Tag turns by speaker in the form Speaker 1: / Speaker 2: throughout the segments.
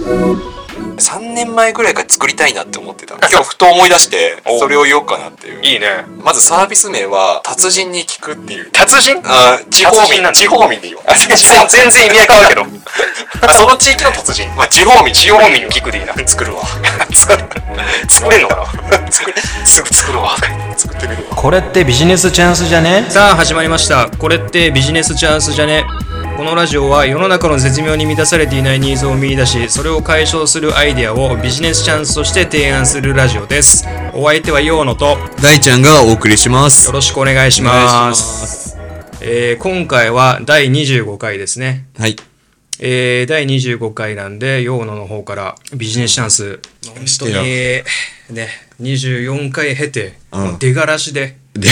Speaker 1: 3年前ぐらいから作りたいなって思ってた今日ふと思い出して
Speaker 2: お
Speaker 1: それを言おうかなっていう
Speaker 2: いいね
Speaker 1: まずサービス名は達人に聞くっていう
Speaker 2: 達人
Speaker 1: あー地方
Speaker 2: 達人な
Speaker 1: 民
Speaker 2: んだ
Speaker 1: 地方民でいいわ
Speaker 2: 全然意味合い変わるけど
Speaker 1: あその地域の達人まあ地方民
Speaker 2: 地方民に聞くでいいな
Speaker 1: 作るわ
Speaker 2: 作る作れんのかな
Speaker 1: 作るすぐ作るわ作ってみるわ
Speaker 3: これってビジネスチャンスじゃね
Speaker 4: さあ始まりましたこれってビジネスチャンスじゃねこのラジオは世の中の絶妙に満たされていないニーズを見出しそれを解消するアイデアをビジネスチャンスとして提案するラジオですお相手は陽野と
Speaker 3: 大ちゃんがお送りしま
Speaker 4: よ
Speaker 3: す。
Speaker 4: ろしくお願いしますえー今回は第25回ですね
Speaker 3: はい。
Speaker 4: えー第25回なんで、陽野の方からビジネスチャンス、本当に、ね、24回経て、
Speaker 5: うん
Speaker 4: 出がらしで、
Speaker 5: で、で、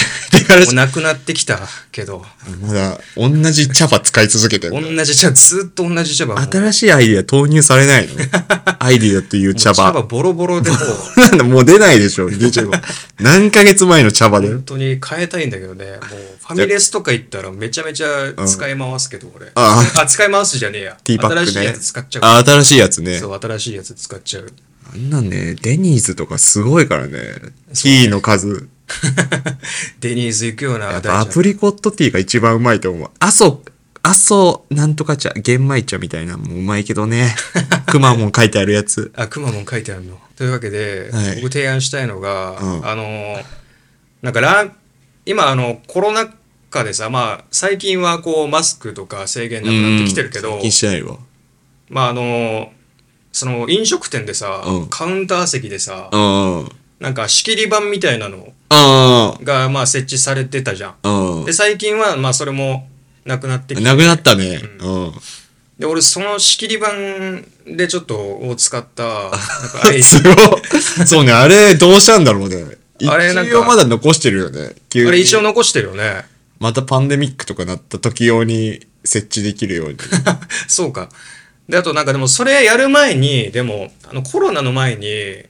Speaker 5: あれ
Speaker 4: もう、なくなってきたけど、
Speaker 5: まだ、同じ茶葉使い続けて
Speaker 4: 同
Speaker 5: る。
Speaker 4: じ茶、ずっと同じ茶葉。もう
Speaker 5: 新しいアイディア投入されないの アイディアっていう茶
Speaker 4: 茶
Speaker 5: 葉。
Speaker 4: 葉ボロ ボロで、もう、
Speaker 5: なんだ、もう出ないでし ょ、出ちゃえば。何ヶ月前の茶葉だよ
Speaker 4: 本。当に変えたいんだけどね、もう、ファミレスとか行ったらめちゃめちゃ使い回すけど、俺。
Speaker 5: あ
Speaker 4: あ、使い回すじゃねえや。
Speaker 5: ティーパックね。
Speaker 4: 新しいやつ使っちゃ
Speaker 5: あ、新しいやつ
Speaker 4: う。
Speaker 5: ね。
Speaker 4: そう、新しいやつ使っちゃう。
Speaker 5: あんなんね、デニーズとかすごいからね。ティーの数。
Speaker 4: デニーズ行くような、
Speaker 5: やっ
Speaker 4: 大ちゃ
Speaker 5: ぱ
Speaker 4: ん
Speaker 5: アプリコットティーが一番うまいと思う。阿蘇、阿蘇なんとか茶、玄米茶みたいなのもうまいけど ね。くまモン書いてあるやつ。
Speaker 4: あ、くまモン書いてあるの。というわけで、
Speaker 5: はい
Speaker 4: 僕提案したいのが、
Speaker 5: うん
Speaker 4: あのー、なんかラン、今あの、コロナ禍でさ、まあ、最近はこう、マスクとか制限なくなってきてるけど、
Speaker 5: 気にしないわ。
Speaker 4: まああのー、その飲食店でさ、
Speaker 5: うん
Speaker 4: カウンター席でさ、
Speaker 5: うん。うん。
Speaker 4: なんか仕切り板みたいなのが、まあ設置されてたじゃん。
Speaker 5: うん。
Speaker 4: で、最近は、まあそれもなくなってきて
Speaker 5: なくなったね。うん。
Speaker 4: で、俺その仕切り板でちょっと、を使った、なんか アイデア
Speaker 5: すごい。そうね、あれどうしたんだろうね。一
Speaker 4: あれなんか
Speaker 5: 応まだ残してるよね。急に
Speaker 4: あれ一応残してるよね。
Speaker 5: またパンデミックとかなった時用に設置できるよ うに。
Speaker 4: そうか。で、あとなんかでもそれやる前に、でも、あのコロナの前に、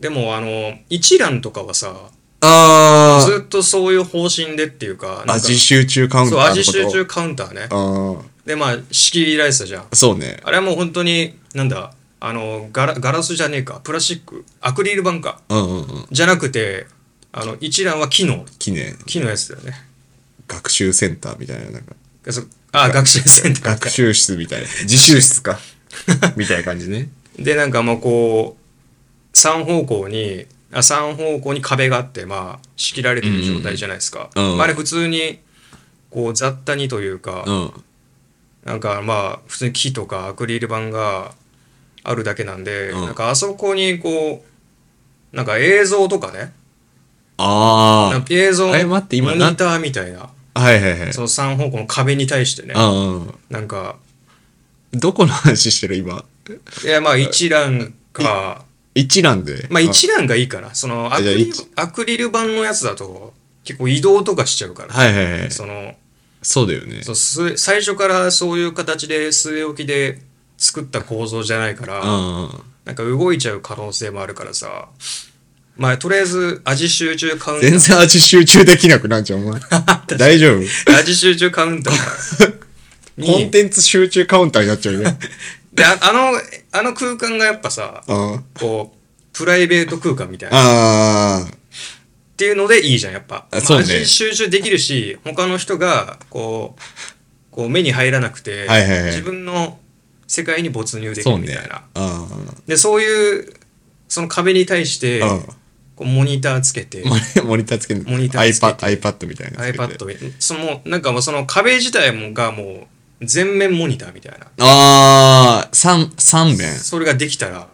Speaker 4: でもあの、一覧とかはさ、
Speaker 5: あ
Speaker 4: ずっとそういう方針でっていうか、なん
Speaker 5: あ。
Speaker 4: か
Speaker 5: 味集中カウンタ
Speaker 4: そう、
Speaker 5: ーのこと。
Speaker 4: 味集中カウンターね。
Speaker 5: あ
Speaker 4: で、まあ、仕切りられてたじゃん。
Speaker 5: あ。そうね。
Speaker 4: あれはもう本当に、なんだ、あの、ガラガラスじゃねえか、プラスチック、アクリル板か、
Speaker 5: うんうんうん。
Speaker 4: じゃなくて、あの、一覧は木の、
Speaker 5: 記念。
Speaker 4: 木のやつだよね。
Speaker 5: 学習センターみたいな、なんか。
Speaker 4: そあ、学習センターか
Speaker 5: 学習室みたいな。自習室 か。みたいな感じね。
Speaker 4: でなんかもうこう3方向にあ3方向に壁があってまあ仕切られてる状態じゃないですか、
Speaker 5: うん
Speaker 4: まあ、あれ普通にこう雑多にというか、
Speaker 5: うん。
Speaker 4: なんかまあ普通に木とかアクリル板があるだけなんで、
Speaker 5: うん
Speaker 4: なんかあそこにこうなんか映像とかねな
Speaker 5: あ
Speaker 4: んか映像
Speaker 5: あれ待って今
Speaker 4: モニ
Speaker 5: な
Speaker 4: ターみたいな
Speaker 5: あ。はいはいはい。
Speaker 4: その3方向の壁に対してね
Speaker 5: うんうん。
Speaker 4: なんか
Speaker 5: どこの話してる今。
Speaker 4: いやまあ一覧か
Speaker 5: 一覧で。
Speaker 4: まあ一覧がいいかな。そのアク
Speaker 5: じゃあ
Speaker 4: リル
Speaker 5: 一
Speaker 4: アクリル板のやつだと結構移動とかしちゃうから。
Speaker 5: はいはいはい。
Speaker 4: その
Speaker 5: そうだよね。
Speaker 4: そうす最初からそういう形で据え置きで作った構造じゃないから、
Speaker 5: うんうん。
Speaker 4: なんか動いちゃう可能性もあるからさ。まあとりあえず味集中カウンター。
Speaker 5: 全然味集中できなくなっちゃう、お 前。大丈夫
Speaker 4: 味集中カウ ンター。
Speaker 5: コン
Speaker 4: に
Speaker 5: テンツ集中カウンターになっちゃう ね。
Speaker 4: でああの、あの空間がやっぱさ、
Speaker 5: あ
Speaker 4: こう、プライベート空間みたいな。っ
Speaker 5: あ
Speaker 4: ていうのでいいじゃん、やっぱ。
Speaker 5: あそうね
Speaker 4: まあ味集中できるし、他の人が、こう、こう目に入らなくて、
Speaker 5: はいはいはい
Speaker 4: 自分の世界に没入
Speaker 5: ー。
Speaker 4: でき
Speaker 5: そ
Speaker 4: る
Speaker 5: う
Speaker 4: み
Speaker 5: ね
Speaker 4: たいな。。
Speaker 5: あ
Speaker 4: で、そういう、その壁に対して、
Speaker 5: あ。うん
Speaker 4: こうモニターつけて、
Speaker 5: モニモニターつける
Speaker 4: モニターつけ
Speaker 5: iPad, iPad みたいなのつけて。
Speaker 4: iPad みその、なんかもうその壁自体もがもう全面モニターみたいな。
Speaker 5: ああ、三、三面。
Speaker 4: それができたら、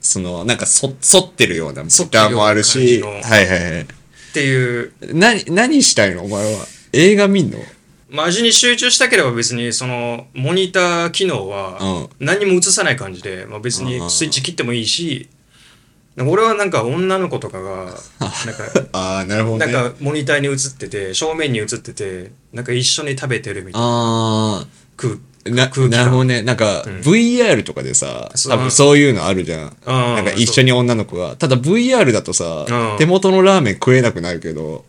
Speaker 5: その、なんか、そ、反ってるような
Speaker 4: 反ってるような
Speaker 5: ギターもあるし。
Speaker 4: 感じの
Speaker 5: はいはいはい。
Speaker 4: っていう、
Speaker 5: な、何したいのお前は。映画見んの
Speaker 4: まあ、味に集中したければ別に、その、モニター機能は、何も映さない感じで、まあ別にスイッチ切ってもいいし、なんか俺はなんか女の子とかが、 なんか、
Speaker 5: ああ、なるほど
Speaker 4: なん
Speaker 5: ね。
Speaker 4: かモニターに映ってて正面に映っててなんか一緒に食べてるみたいな
Speaker 5: ああ。
Speaker 4: 食う
Speaker 5: な
Speaker 4: 空気感
Speaker 5: なるほどね。なんか、VR とかでさ、
Speaker 4: そう
Speaker 5: 多分そういうのあるじゃん。
Speaker 4: あー
Speaker 5: なんか一緒に女の子が。ただ VR だとさ
Speaker 4: うん、
Speaker 5: 手元のラーメン食えなくなるけど、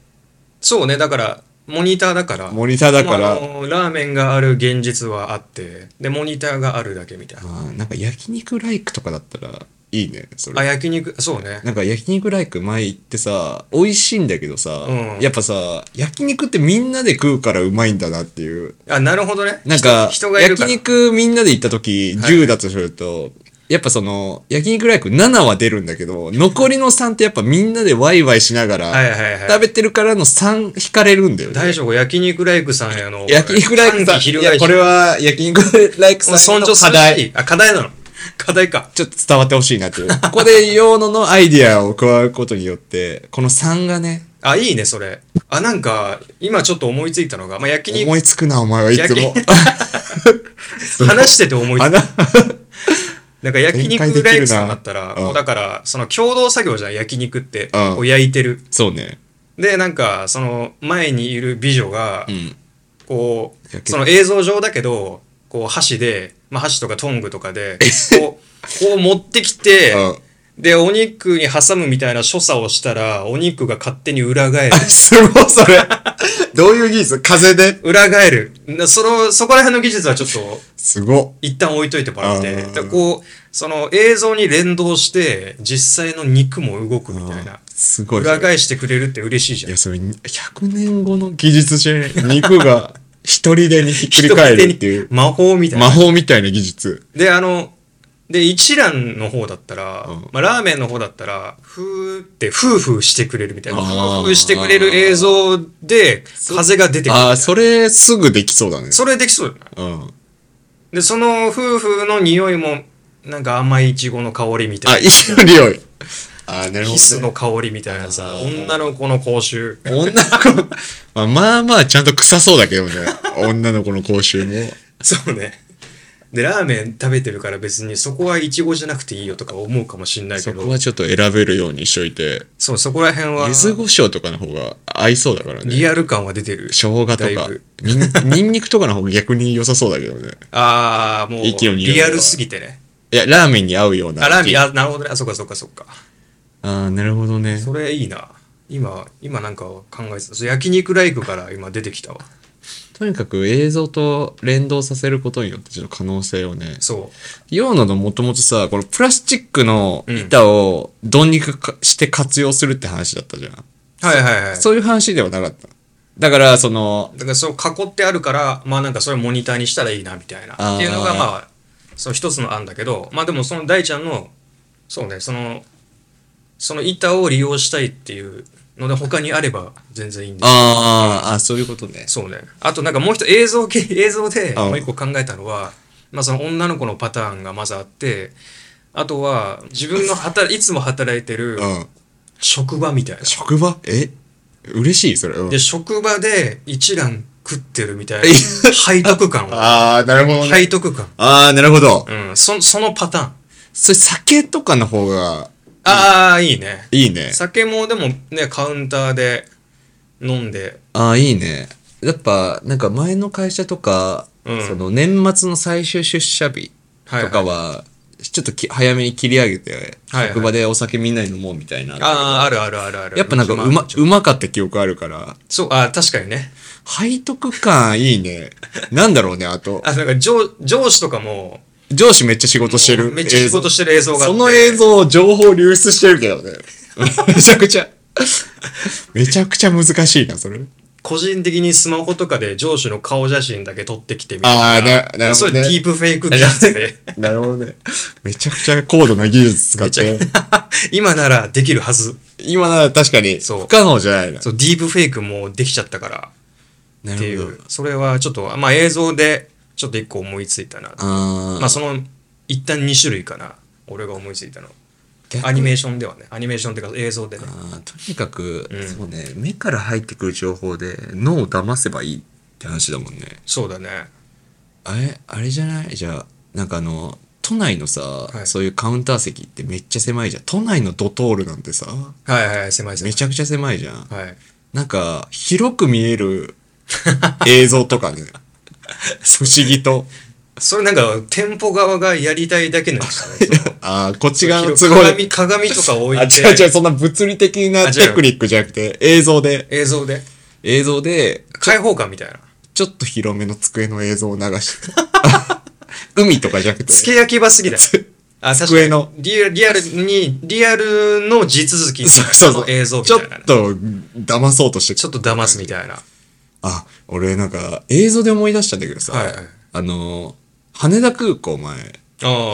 Speaker 4: そうねだからモニターだから
Speaker 5: モニターだから
Speaker 4: もうあのラーメンがある現実はあってでモニターがあるだけみたいな
Speaker 5: あーなんか焼肉ライクとかだったらいいねそ
Speaker 4: あ
Speaker 5: れ
Speaker 4: 焼肉そうね
Speaker 5: なんか焼肉ライク前行ってさ美味しいんだけどさ、
Speaker 4: うん
Speaker 5: やっぱさ焼肉ってみんなで食うからうまいんだなっていう
Speaker 4: あなるほどね
Speaker 5: なんか
Speaker 4: 人人がいるか
Speaker 5: 焼
Speaker 4: ら
Speaker 5: 肉みんなで行った時
Speaker 4: はい
Speaker 5: 10だとすると、やっぱその焼肉ライク7は出るんだけど残りの3ってやっぱみんなでワイワイしなが
Speaker 4: はい
Speaker 5: ら
Speaker 4: はいはい
Speaker 5: 食べてるからの3引かれるんだよね
Speaker 4: 大将が焼肉ライクさんへの
Speaker 5: 焼肉ライクさ
Speaker 4: 歓喜
Speaker 5: ん、い
Speaker 4: 翻し
Speaker 5: や、これは焼肉ライクさん
Speaker 4: 尊
Speaker 5: の
Speaker 4: 重す
Speaker 5: 課
Speaker 4: るべ
Speaker 5: 題、
Speaker 4: きあ課題なの課題か
Speaker 5: ちょっと伝わってほしいなっていう。ここで、用野のアイディアを加えることによって、この3がね、
Speaker 4: あいいねそれあなんか今ちょっと思いついたのが、まあ、焼肉
Speaker 5: 思いつくな、お前はいつも
Speaker 4: 焼。話してて思いつい
Speaker 5: あ
Speaker 4: た
Speaker 5: な、
Speaker 4: なんか焼
Speaker 5: 展開
Speaker 4: 肉
Speaker 5: できるな
Speaker 4: ライクさんだったら、
Speaker 5: うん
Speaker 4: もうだから、その共同作業じゃん、焼肉って。
Speaker 5: うん
Speaker 4: こう焼いてる。
Speaker 5: そうね。
Speaker 4: で、なんか、その前にいる美女が、
Speaker 5: ん
Speaker 4: こ
Speaker 5: 焼
Speaker 4: う、
Speaker 5: け
Speaker 4: その映像上だけど、こう箸で、まあ箸とかトングとかで、こう、こう持ってきて、で、お肉に挟むみたいな所作をしたら、お肉が勝手に裏返る
Speaker 5: あ。すごい、それ。どういう技術風で。
Speaker 4: 裏返る。なその、そこら辺の技術はちょっと、
Speaker 5: すご
Speaker 4: 一旦置いといてもらって、
Speaker 5: あ
Speaker 4: だ
Speaker 5: ー
Speaker 4: からこう、その映像に連動して、実際の肉も動くみたいな
Speaker 5: っ。。すごい。
Speaker 4: 裏返してくれるって嬉しいじ
Speaker 5: い
Speaker 4: ゃん
Speaker 5: や、。それ、100年後の技術じゃない肉が一人でにひっくり返るっていう
Speaker 4: 人手に。魔法みたいな。
Speaker 5: 魔法みたいな技術。
Speaker 4: で、あの、で、一蘭の方だったら、
Speaker 5: うん
Speaker 4: まあ、ラーメンの方だったら、ふーって、ふーふーしてくれるみたいな。
Speaker 5: あ
Speaker 4: ふ
Speaker 5: ー
Speaker 4: ーふーしてくれる映像で、風が出てくるみたいな。
Speaker 5: ああ、それ、すぐできそうだね。
Speaker 4: それできそうだよ
Speaker 5: う
Speaker 4: ね。
Speaker 5: ん。
Speaker 4: で、その夫婦の匂いも、なんか甘いイチゴの香りみた
Speaker 5: あ、
Speaker 4: い
Speaker 5: いい匂い。あ、なる
Speaker 4: な。
Speaker 5: ほ
Speaker 4: キス
Speaker 5: ど、
Speaker 4: の
Speaker 5: ね。
Speaker 4: 香りみたいなさ、女の子の口 臭。
Speaker 5: 女の 子、まあ、まあまあちゃんと臭そうだけどね。女の子の口臭も。
Speaker 4: そうね。で、ラーメン食べてるから別にそこはイチゴじゃなくていいよとか思うかもしんないけ
Speaker 5: そ
Speaker 4: ど、
Speaker 5: こはちょっと選べるようにしといて。
Speaker 4: そう、そこら辺は
Speaker 5: 柚子胡椒とかの方が合いそうだからね。
Speaker 4: リアル感は出てる。
Speaker 5: 生姜と
Speaker 4: だい
Speaker 5: か
Speaker 4: ぶ。
Speaker 5: にん にんにくとかの方が逆に良さそうだけどね。
Speaker 4: ああ、もう
Speaker 5: 息を匂いは
Speaker 4: リアルすぎてね。
Speaker 5: いや、ラーメンに合うような。
Speaker 4: あ、ラーメン、あ、なるほどね。あ、そっかそっかそっか。
Speaker 5: あーなるほどね。
Speaker 4: それいいな。今、今なんか考えてた。そう焼肉ライクから今出てきたわ。
Speaker 5: とにかく映像と連動させることによってちょっと可能性をね。
Speaker 4: そ
Speaker 5: ヨーノのもともとさ、このプラスチックの板をどうにかかして活用するって話だったじゃん。
Speaker 4: う。はいはいはい。
Speaker 5: そういう話ではなかった。だから、その、
Speaker 4: だからそう囲ってあるから、まあなんかそれモニターにしたらいいなみたいな。
Speaker 5: あー
Speaker 4: っていうのがまあ、その一つの案だけど、まあでもその大ちゃんの、そうね、その、その板を利用したいっていうので他にあれば全然いいんです
Speaker 5: あーあ、そういうことね。
Speaker 4: そうね。あとなんかもう一映像系、 映像で
Speaker 5: あ
Speaker 4: もう一個考えたのは、まあその女の子のパターンがまずあって、あとは自分の 働、いつも働いてる
Speaker 5: うん。
Speaker 4: 職場みたいな。
Speaker 5: 職場え嬉しいそれ。うん
Speaker 4: で、職場で一覧食ってるみたいな。 背徳感 を。
Speaker 5: ああ、なるほどね。
Speaker 4: 背徳感。
Speaker 5: ああ、なるほど。
Speaker 4: うん、そそのパターン。
Speaker 5: それ酒とかの方が
Speaker 4: ああ、いいね。
Speaker 5: いいね。
Speaker 4: 酒もでもね、カウンターで飲んで。
Speaker 5: ああ、いいね。やっぱ、なんか前の会社とか、
Speaker 4: うん
Speaker 5: その年末の最終出社日とかは、ちょっとき早めに切り上げて、
Speaker 4: はいはい
Speaker 5: 職場でお酒みんなに飲もうみたいな。
Speaker 4: ああ、あるあるあるある。
Speaker 5: やっぱなんかうま、うまかった記憶あるから、
Speaker 4: そう、ああ、確かにね。
Speaker 5: 背徳感いい ね。なんだろうね、あと。
Speaker 4: あ、なんか上上司とかも、
Speaker 5: 上司めっちゃ仕事してる。
Speaker 4: めっちゃ仕事してる映像があって
Speaker 5: その映像、情報流出してるけどね。 めちゃくちゃ。めちゃくちゃ難しいな、それ。
Speaker 4: 個人的にスマホとかで上司の顔写真だけ撮ってきてみ
Speaker 5: あ
Speaker 4: た
Speaker 5: あ、
Speaker 4: いな。
Speaker 5: な、なる
Speaker 4: そ
Speaker 5: ほど
Speaker 4: れデ
Speaker 5: ね。
Speaker 4: ィープフェイク技術で。
Speaker 5: なるほどね。めちゃくちゃ高度な技術使って。
Speaker 4: 今ならできるはず。
Speaker 5: 今なら確かに、
Speaker 4: そう
Speaker 5: 不可能じゃないな。
Speaker 4: そう、ディープフェイクもできちゃったから
Speaker 5: な
Speaker 4: ってい
Speaker 5: るほど
Speaker 4: う。。それはちょっと、まあ映像でちょっと一個思いついたな。
Speaker 5: あ
Speaker 4: まあその、一旦2種類かな。俺が思いついたの。
Speaker 5: 逆
Speaker 4: アニメーションではね。アニメーションっていうか映像でね。
Speaker 5: あ、とにかく、
Speaker 4: うん
Speaker 5: そうね、目から入ってくる情報で脳を騙せばいいって話だもんね。
Speaker 4: そうだね。
Speaker 5: あれ、あれじゃないじゃあ、なんかあの、都内のさ、
Speaker 4: い
Speaker 5: そういうカウンター席ってめっちゃ狭いじゃん。都内のドトールなんてさ、
Speaker 4: はいはい、狭い狭い。
Speaker 5: めちゃくちゃ狭いじゃん。
Speaker 4: はい。
Speaker 5: なんか、広く見え る映像とかね。不思議と。
Speaker 4: それなんか、店舗側がやりたいだけなんです よね
Speaker 5: ああ、こっち側の
Speaker 4: そ
Speaker 5: 都
Speaker 4: の
Speaker 5: 合
Speaker 4: 鏡
Speaker 5: で。
Speaker 4: 鏡とか置
Speaker 5: あ、
Speaker 4: い
Speaker 5: 違う違
Speaker 4: て、
Speaker 5: う、そんな物理的な
Speaker 4: あ違う
Speaker 5: テクニックじゃなくて、映像で。
Speaker 4: 映像で。
Speaker 5: 映像で、
Speaker 4: 開放感みたいな。
Speaker 5: ちょっと広めの机の映像を流して。 海とかじゃなくて、
Speaker 4: 付け焼き場すぎだよ。あ確かに
Speaker 5: 机の
Speaker 4: リアリアルに、リアルの地続き
Speaker 5: そうそうそう
Speaker 4: の映像み
Speaker 5: ち
Speaker 4: た
Speaker 5: ょ
Speaker 4: い
Speaker 5: っ
Speaker 4: なね、
Speaker 5: と騙そうとして
Speaker 4: ちょっと騙すみたいな。
Speaker 5: あ、俺なんか映像で思い出したんだけどさ、
Speaker 4: はいはい
Speaker 5: あの、羽田空港前、
Speaker 4: 一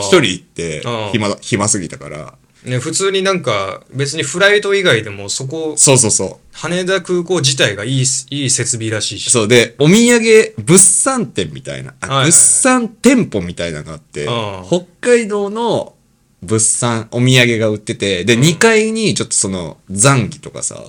Speaker 5: 一人行って
Speaker 4: あー
Speaker 5: 暇だ、暇すぎたから、
Speaker 4: ね、普通になんか別にフライト以外でもそこ
Speaker 5: そうそうそ。
Speaker 4: 羽田空港自体がいいすいい設備らしいうし
Speaker 5: そうで、お土産物産店みたいな、あ
Speaker 4: はいはい
Speaker 5: 物産店舗みたいなのがあって、
Speaker 4: あー
Speaker 5: 北海道の物産、お土産が売ってて、で、2階にちょっとその残機とかさ、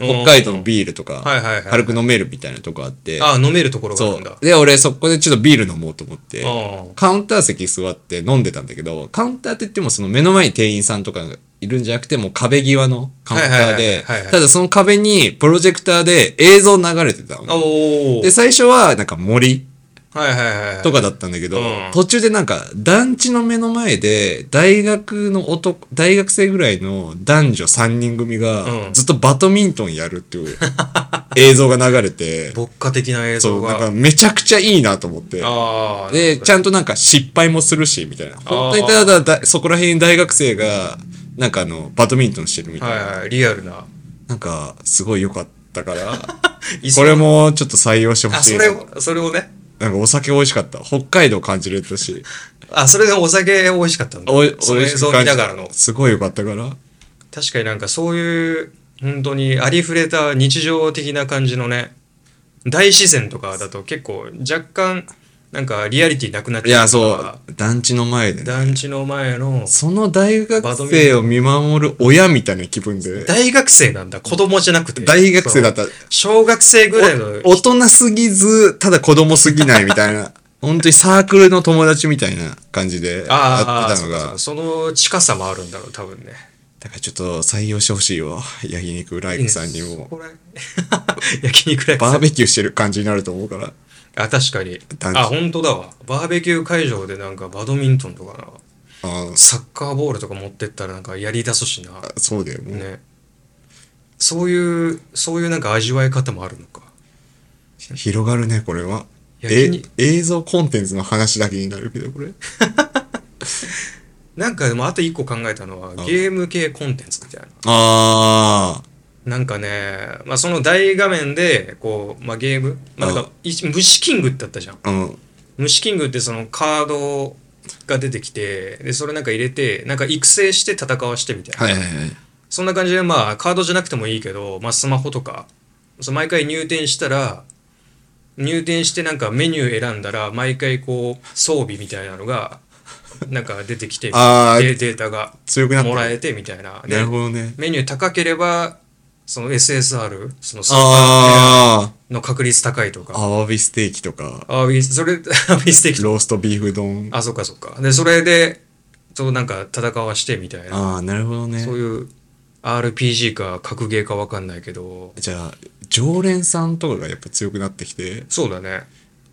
Speaker 5: 北海道のビールとか
Speaker 4: はいはいはい、
Speaker 5: 軽く飲めるみたいなとこあって、
Speaker 4: ああ飲めるところがあ
Speaker 5: そ
Speaker 4: るんだ
Speaker 5: う。で、俺そこでちょっとビール飲もうと思って
Speaker 4: うん、
Speaker 5: カウンター席座って飲んでたんだけど、カウンターって言ってもその目の前に店員さんとかがいるんじゃなくて、もう壁際のカウンターで
Speaker 4: はいはいはいはいはいはい、
Speaker 5: ただその壁にプロジェクターで映像流れてたのね。
Speaker 4: おお
Speaker 5: で、最初はなんか森
Speaker 4: はいはいはい
Speaker 5: とかだったんだけど、
Speaker 4: うん
Speaker 5: 途中でなんか団地の目の前で大学の男、大学生ぐらいの男女3人組
Speaker 4: う
Speaker 5: が
Speaker 4: ん
Speaker 5: ずっとバドミントンやるっていう 映像が流れて、
Speaker 4: 牧歌的な映
Speaker 5: そ
Speaker 4: 像
Speaker 5: う、なん
Speaker 4: が
Speaker 5: かめちゃくちゃいいなと思って。
Speaker 4: ああ
Speaker 5: で、ち
Speaker 4: ゃ
Speaker 5: ゃんとなんか失敗もするし、みたいな。本当にただだ、そこら辺に大学生が、なんかあの、バドミントンしてるみたいな。
Speaker 4: はいはいリアルな
Speaker 5: なんか、すごい良かったから、
Speaker 4: いそ
Speaker 5: これもちょっと採用してほ
Speaker 4: あ
Speaker 5: しい
Speaker 4: そ
Speaker 5: な。
Speaker 4: れをそれをね
Speaker 5: なんかお酒美味しかった。北海道感じれたし。
Speaker 4: あそれがお酒美味しかったんだ
Speaker 5: おい
Speaker 4: その
Speaker 5: 美
Speaker 4: 映
Speaker 5: 味しく
Speaker 4: 像
Speaker 5: 感
Speaker 4: 見
Speaker 5: じ
Speaker 4: な
Speaker 5: た
Speaker 4: がらの
Speaker 5: すごい良かったから。
Speaker 4: 確かになんかそういう本当にありふれた日常的な感じのね大自然とかだと結構若干なんかリアリティなくなっ
Speaker 5: い
Speaker 4: ち
Speaker 5: や、
Speaker 4: ゃうから
Speaker 5: そう、団地の前でね。
Speaker 4: 団地の前の
Speaker 5: その大学生を見守る親みたいな気分で、
Speaker 4: 大学生なんだ子供じゃなくて
Speaker 5: 大学生だ
Speaker 4: っ
Speaker 5: った。
Speaker 4: 小学生ぐらいの
Speaker 5: お大人すぎず、ただ子供すぎないみたい な。本当にサークルの友達みたいな感じで
Speaker 4: あ
Speaker 5: あ
Speaker 4: あ
Speaker 5: ってたの
Speaker 4: そう
Speaker 5: が
Speaker 4: か。そうかその近さもあるんだろう多分ね
Speaker 5: だからちょっと採用してほしいわ。焼肉ライクさんに
Speaker 4: こ
Speaker 5: も。
Speaker 4: れ 焼肉ライブ
Speaker 5: バーベキューしてる感じになると思うから。
Speaker 4: あ確かに
Speaker 5: 団地
Speaker 4: あ本当だわバーベキュー会場でなんかバドミントンとかな
Speaker 5: あ
Speaker 4: サッカーボールとか持ってったらなんかやりだすしな
Speaker 5: あ、そうだよ。もう
Speaker 4: ねそういうそういうなんか味わい方もあるのか
Speaker 5: 広がるね、これは。え
Speaker 4: 焼肉、
Speaker 5: 映像コンテンツの話だけになるけど、これ。
Speaker 4: なんかでもあと一個考えたのはゲーム系コンテンツみたいな
Speaker 5: あ
Speaker 4: なんかね、まあ、その大画面でこう、まあ、ゲーム、まあ、なんかい虫キングってあったじゃん
Speaker 5: あ、うん。
Speaker 4: 虫キングってそのカードが出てきてでそれなんか入れてなんか育成して戦わしてみたいな、
Speaker 5: はいはいはい。
Speaker 4: そんな感じでまあカードじゃなくてもいいけど、まあ、スマホとかそう毎回入店したら入店してなんかメニュー選んだら毎回こう装備みたいなのがなんか出てきて
Speaker 5: あー
Speaker 4: でデータが
Speaker 5: 強くなってる
Speaker 4: もらえてみたいなで
Speaker 5: なるほどね。
Speaker 4: メニュー高ければその SSR そのスーパー
Speaker 5: あ
Speaker 4: の確率高いと
Speaker 5: あ、
Speaker 4: か
Speaker 5: アワビステーキとか、
Speaker 4: あウィそれウィステーキ
Speaker 5: ローストビーフ丼。
Speaker 4: あそっかそっかでそれでそうなんか戦わしてみたいな
Speaker 5: ああ、なるほどね。
Speaker 4: そういう RPG か格ゲーかわかんないけど
Speaker 5: じゃあ、常連さんとかがやっぱ強くなってきて、
Speaker 4: そうだね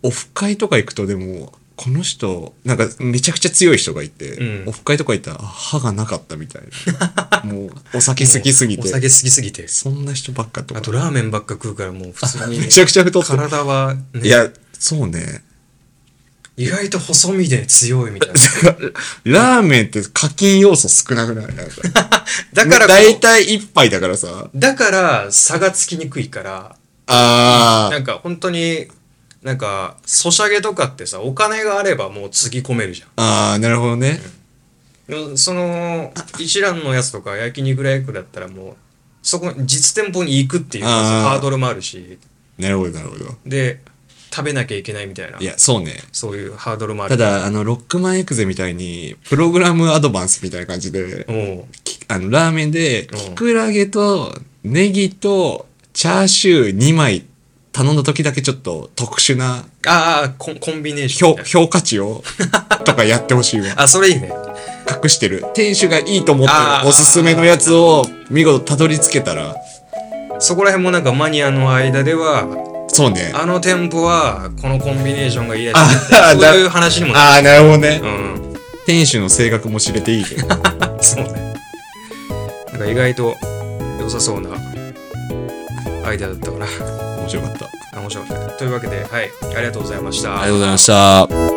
Speaker 5: オフ会とか行くとでも、この人、なんかめちゃくちゃ強い人がいて、
Speaker 4: うん
Speaker 5: オフ会とか行ったらあ歯がなかったみたいな。もう、お酒好きすぎ
Speaker 4: お
Speaker 5: て。
Speaker 4: 酒好きすぎて
Speaker 5: そんな人ばっかと
Speaker 4: あ
Speaker 5: か。
Speaker 4: とラーメンばっか食うからもう普通に
Speaker 5: めちゃくちゃ太ってる。
Speaker 4: 体は、ね、
Speaker 5: いや、そうね。
Speaker 4: 意外と細身で強いみたいな
Speaker 5: ラーメンって課金要素少なくないなんか。
Speaker 4: だからこ
Speaker 5: だいうたい一杯だからさ。
Speaker 4: だから差がつきにくいから
Speaker 5: あ
Speaker 4: なんか本当になんかソシャゲとかってさお金があればもうつぎ込めるじゃん
Speaker 5: あ、ああ、なるほどね。
Speaker 4: でもその一覧のやつとか焼肉ライクだったらもうそこ実店舗に行くっていう
Speaker 5: あー
Speaker 4: ハードルもあるし
Speaker 5: なるほど、なるほど。
Speaker 4: で食べなきゃいけないみたいない
Speaker 5: や、そうね。
Speaker 4: そういうハードルもあ
Speaker 5: た
Speaker 4: る
Speaker 5: だ、あの、ロックマンエクゼみたいに、プログラムアドバンスみたいな感じで、
Speaker 4: も
Speaker 5: きあの、ラーメンで、きくらげと、ネギと、チャーシュー2枚頼んだ時だけちょっと特殊な
Speaker 4: うああコンコンビネーショ
Speaker 5: 評
Speaker 4: ンみたいな
Speaker 5: 評価値を、とかやってほしいわ。
Speaker 4: あそれいいね
Speaker 5: 隠してる店主がいいと思って
Speaker 4: あー
Speaker 5: るおすすめのやつを見事たどり着けたら
Speaker 4: そこら辺もなんかマニアの間では
Speaker 5: そうね
Speaker 4: あの店舗はこのコンビネーションが嫌だ
Speaker 5: あ
Speaker 4: そう
Speaker 5: だ
Speaker 4: いう話にもなる
Speaker 5: ああなるほどね
Speaker 4: うん
Speaker 5: 店主の性格も知れていいけど
Speaker 4: そうねなんか意外と良さそうなアイデアだったかな
Speaker 6: 面白かった。
Speaker 4: あ面白かった。というわけで、はい、ありがとうございました。
Speaker 5: ありがとうございました。